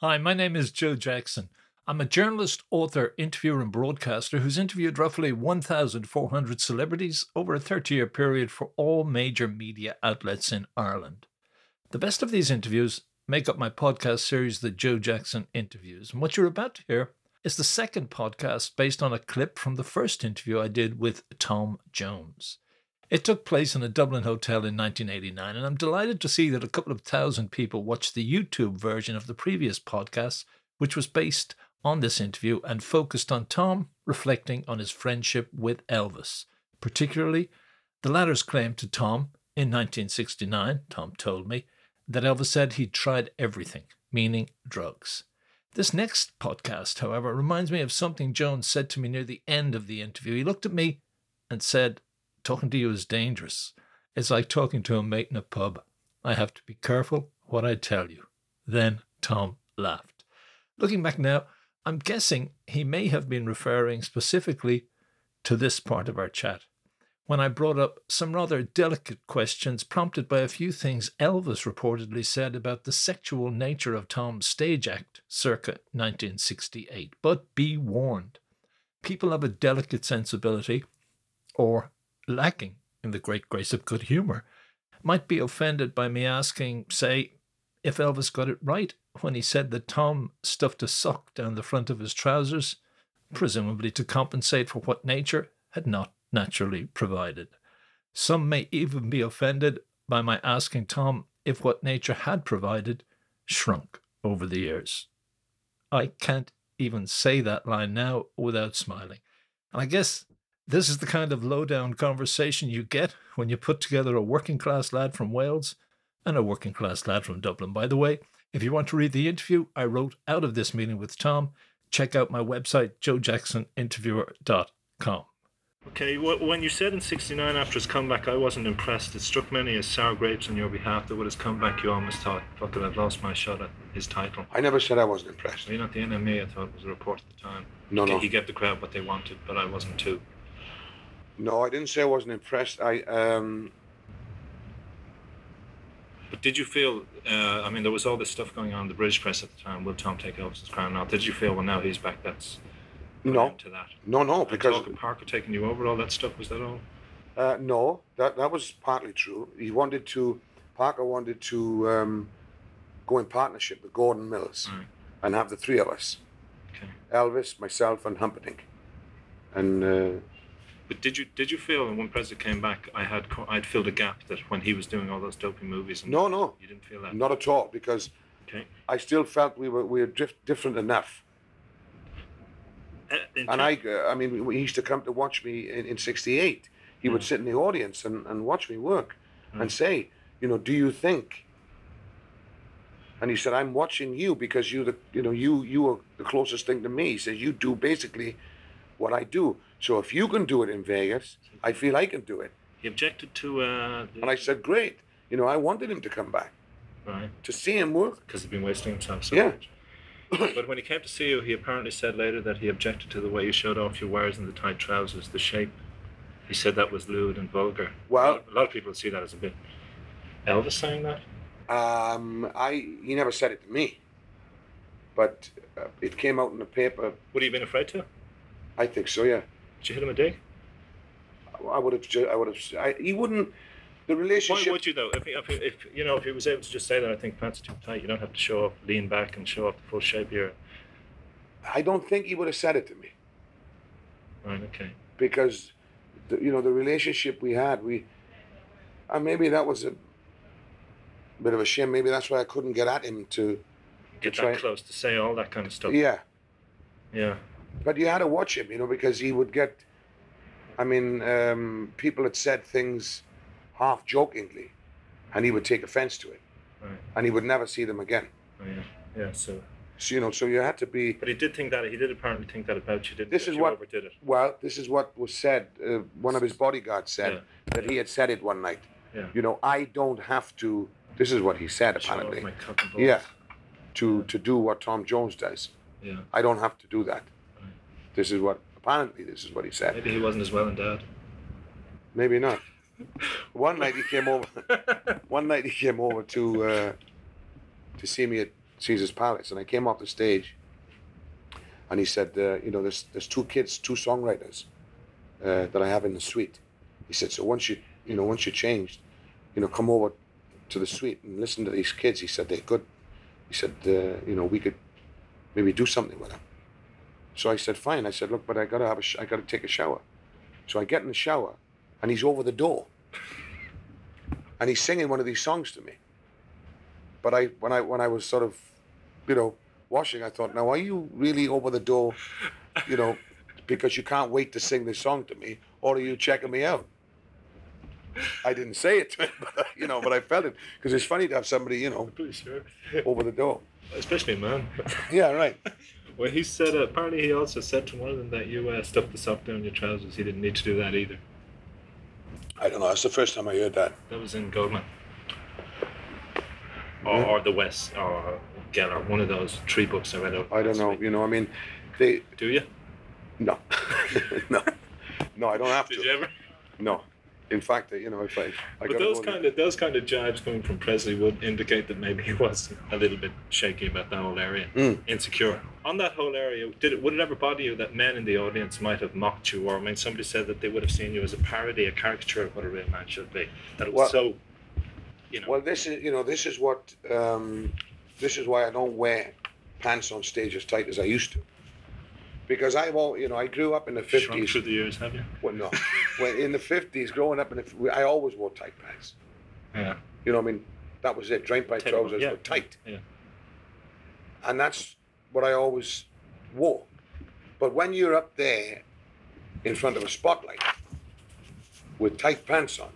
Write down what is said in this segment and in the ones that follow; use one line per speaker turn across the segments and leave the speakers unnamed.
Hi, my name is Joe Jackson. I'm a journalist, author, interviewer, and broadcaster who's interviewed roughly 1,400 celebrities over a 30 year period for all major media outlets in Ireland. The best of these interviews make up my podcast series, The Joe Jackson Interviews. And what you're about to hear is the second podcast based on a clip from the first interview I did with Tom Jones. It took place in a Dublin hotel in 1989, and I'm delighted to see that a couple of thousand people watched the YouTube version of the previous podcast, which was based on this interview and focused on Tom reflecting on his friendship with Elvis, particularly the latter's claim to Tom in 1969. Tom told me that Elvis said he'd tried everything, meaning drugs. This next podcast, however, reminds me of something Jones said to me near the end of the interview. He looked at me and said, talking to you is dangerous. It's like talking to a mate in a pub. I have to be careful what I tell you. Then Tom laughed. Looking back now, I'm guessing he may have been referring specifically to this part of our chat, when I brought up some rather delicate questions prompted by a few things Elvis reportedly said about the sexual nature of Tom's stage act circa 1968. But be warned, people have a delicate sensibility, or lacking in the great grace of good humour, might be offended by me asking, say, if Elvis got it right when he said that Tom stuffed a sock down the front of his trousers, presumably to compensate for what nature had not naturally provided. Some may even be offended by my asking Tom if what nature had provided shrunk over the years. I can't even say that line now without smiling. And I guess this is the kind of low-down conversation you get when you put together a working class lad from Wales and a working class lad from Dublin. By the way, if you want to read the interview I wrote out of this meeting with Tom, check out my website, joejacksoninterviewer.com.
Okay, wh- when you said in 69 after his comeback, I wasn't impressed. It struck many as sour grapes on your behalf that with his comeback, you almost thought, fucking, I've lost my shot at his title.
I never said I wasn't impressed.
You're not the NME, I thought it was a report at the time.
No, no.
He gave the crowd what they wanted, but I wasn't too.
No, I didn't say I wasn't impressed. I um,
But did you feel? Uh, I mean, there was all this stuff going on in the British press at the time. Will Tom take Elvis's crown now? Did you feel? Well, now he's back. That's
no,
to that.
no, no,
And
because
Talking Parker taking you over, all that stuff was that all?
uh, no, that that was partly true. He wanted to, Parker wanted to um, go in partnership with Gordon Mills
Right.
and have the three of us,
Mm. Okay.
Elvis, myself, and Humperdinck, and uh,
But did you did you feel when Presley came back, I had co- I'd filled a gap that when he was doing all those dopey movies? And
no, no,
you didn't feel that.
not at all, because
Okay.
I still felt we were we were drift, different enough.
Uh, in
And
ter-
I, uh, I mean, he used to come to watch me in, in '68. He would sit in the audience and, and watch me work and say, you know, do you think? And he said, I'm watching you because you, the, you know, you you are the closest thing to me. He says, you do basically what I do. So if you can do it in Vegas, I feel I can do it.
he objected to. Uh,
And I said, great. You know, I wanted him to come back
right
to see him work.
because he'd been wasting himself so
Yeah.
much. but when he came to see you, he apparently said later that he objected to the way you showed off your wires and the tight trousers, the shape. He said that was lewd and vulgar.
Well-
a lot of people see that as a bit. Elvis saying that?
Um, I he never said it to me, but uh, it came out in the paper.
Would he have been afraid to?
I think so. Yeah.
Did you hit him a dig?
I would have. ju- I would have. I, he wouldn't. The
Why
relationship.
would you though? If, he- if, he- if you know, if he was able to just say that, I think pants are too tight. You don't have to show up, lean back, and show off the full shape here.
I don't think he would have said it to me
Right? Okay.
because, the, you know, the relationship we had. We, and maybe that was a bit of a shame. Maybe that's why I couldn't get at him to.
Get
That's
that
right.
close to say all that kind of stuff.
Yeah,
Yeah.
but you had to watch him, you know, because he would get. I mean, um, people had said things half jokingly, and he would take offense to it,
Right.
and he would never see them again.
Oh, yeah. Yeah. So,
So you know, so you had to be.
but he did think that. He did apparently think that about you, didn't
This
he?
is
That you
what-
overdid it.
Well, this is what was said. Uh, one of his bodyguards said that he had said it one night.
Yeah.
You know, I don't have to. This is what he said
Show off
apparently.
my cock and balls.
Yeah, to to do what Tom Jones does.
Yeah.
I don't have to do that. This is what apparently this is what he said.
Maybe he wasn't as well endowed.
Maybe not. One night he came over. one night he came over to uh, to see me at Caesar's Palace, and I came off the stage, and he said, uh, you know, there's there's two kids, two songwriters, uh, that I have in the suite. He said, so once you you know once you're changed, you know, come over to the suite and listen to these kids. He said they're good. He said, uh, you know, we could maybe do something with them. So I said, fine. I said, look, but I gotta have a sh- I gotta take a shower. So I get in the shower, and he's over the door, and he's singing one of these songs to me. But I when I when I was sort of, you know, washing, I thought, now are you really over the door, you know, because you can't wait to sing this song to me, or are you checking me out? I didn't say it to him, but, you know, but I felt it because it's funny to have somebody, you know,
Pretty sure.
over the door.
Especially a man.
Yeah, right.
well, he said, uh, apparently, he also said to one of them that you uh, stuffed the sock down your trousers. He didn't need to do that either.
I don't know. That's the first time I heard that.
That was in Goldman. Or, or the West, or Geller, one of those three books I read out.
I don't
last
know.
week.
You know, I mean, they
Do you?
no, no, no. I don't have
Did you
to.
ever?
No. In fact, you know, if I, I
But
gotta
those
go in-
kind of those kind of jibes coming from Presley would indicate that maybe he was a little bit shaky about the whole area,
Mm.
insecure. On that whole area, did it would it ever bother you that men in the audience might have mocked you, or I mean, somebody said that they would have seen you as a parody, a caricature of what a real man should be, that it was so,
Well-
you know,
Well, this is you know this is what um, this is why I don't wear pants on stage as tight as I used to, because I won't. You know, I grew up in the
shrunk
fifties.
through the years, have you?
Well, no, well, in the fifties, growing up in the, I always wore tight pants.
Yeah.
You know, what I mean, that was it. Drain pipe
Tight one,
trousers
yeah.
were tight.
Yeah.
And that's what I always wore. But when you're up there in front of a spotlight with tight pants on,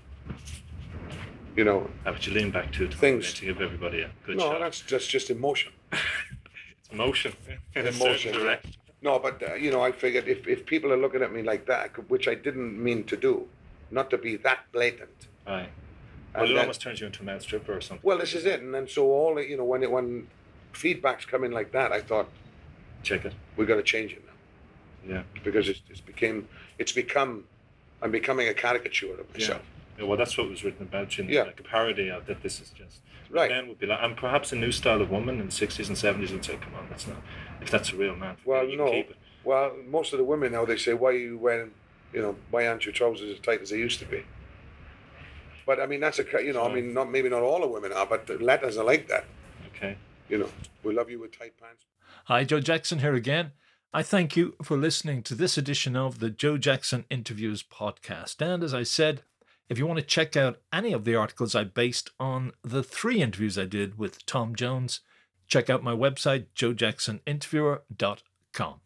you know,
How would you lean back to to
Things-
to give everybody a good
no,
shot?
that's just just emotion.
It's motion. In a
Emotion.
certain direction.
No, but uh, you know, I figured if, if people are looking at me like that, I could- which I didn't mean to do, not to be that blatant.
Right. Well, it
And then-
almost turns you into a mad stripper or something.
well, this is it. And then so all the- you know, when it, when feedbacks come in like that, I thought
Check it.
we got to change it now.
Yeah.
because it's, it's became it's become I'm becoming a caricature of myself.
Yeah, well, that's what was written about you, in
Yeah.
like a parody of that. This is just
Right.
Men would be like, and perhaps a new style of woman in the sixties and seventies would say, "Come on, that's not. If that's a real man,
Well,
you
no.
keep it."
Well, most of the women now they say, "Why are you wearing, you know, why aren't your trousers as tight as they used to be?" But I mean, that's a ca- you know, I mean, not maybe not all the women are, but the letters are like that.
Okay.
You know, we love you with tight pants.
Hi, Joe Jackson here again. I thank you for listening to this edition of the Joe Jackson Interviews podcast. And as I said, if you want to check out any of the articles I based on the three interviews I did with Tom Jones, check out my website, joejacksoninterviewer.com.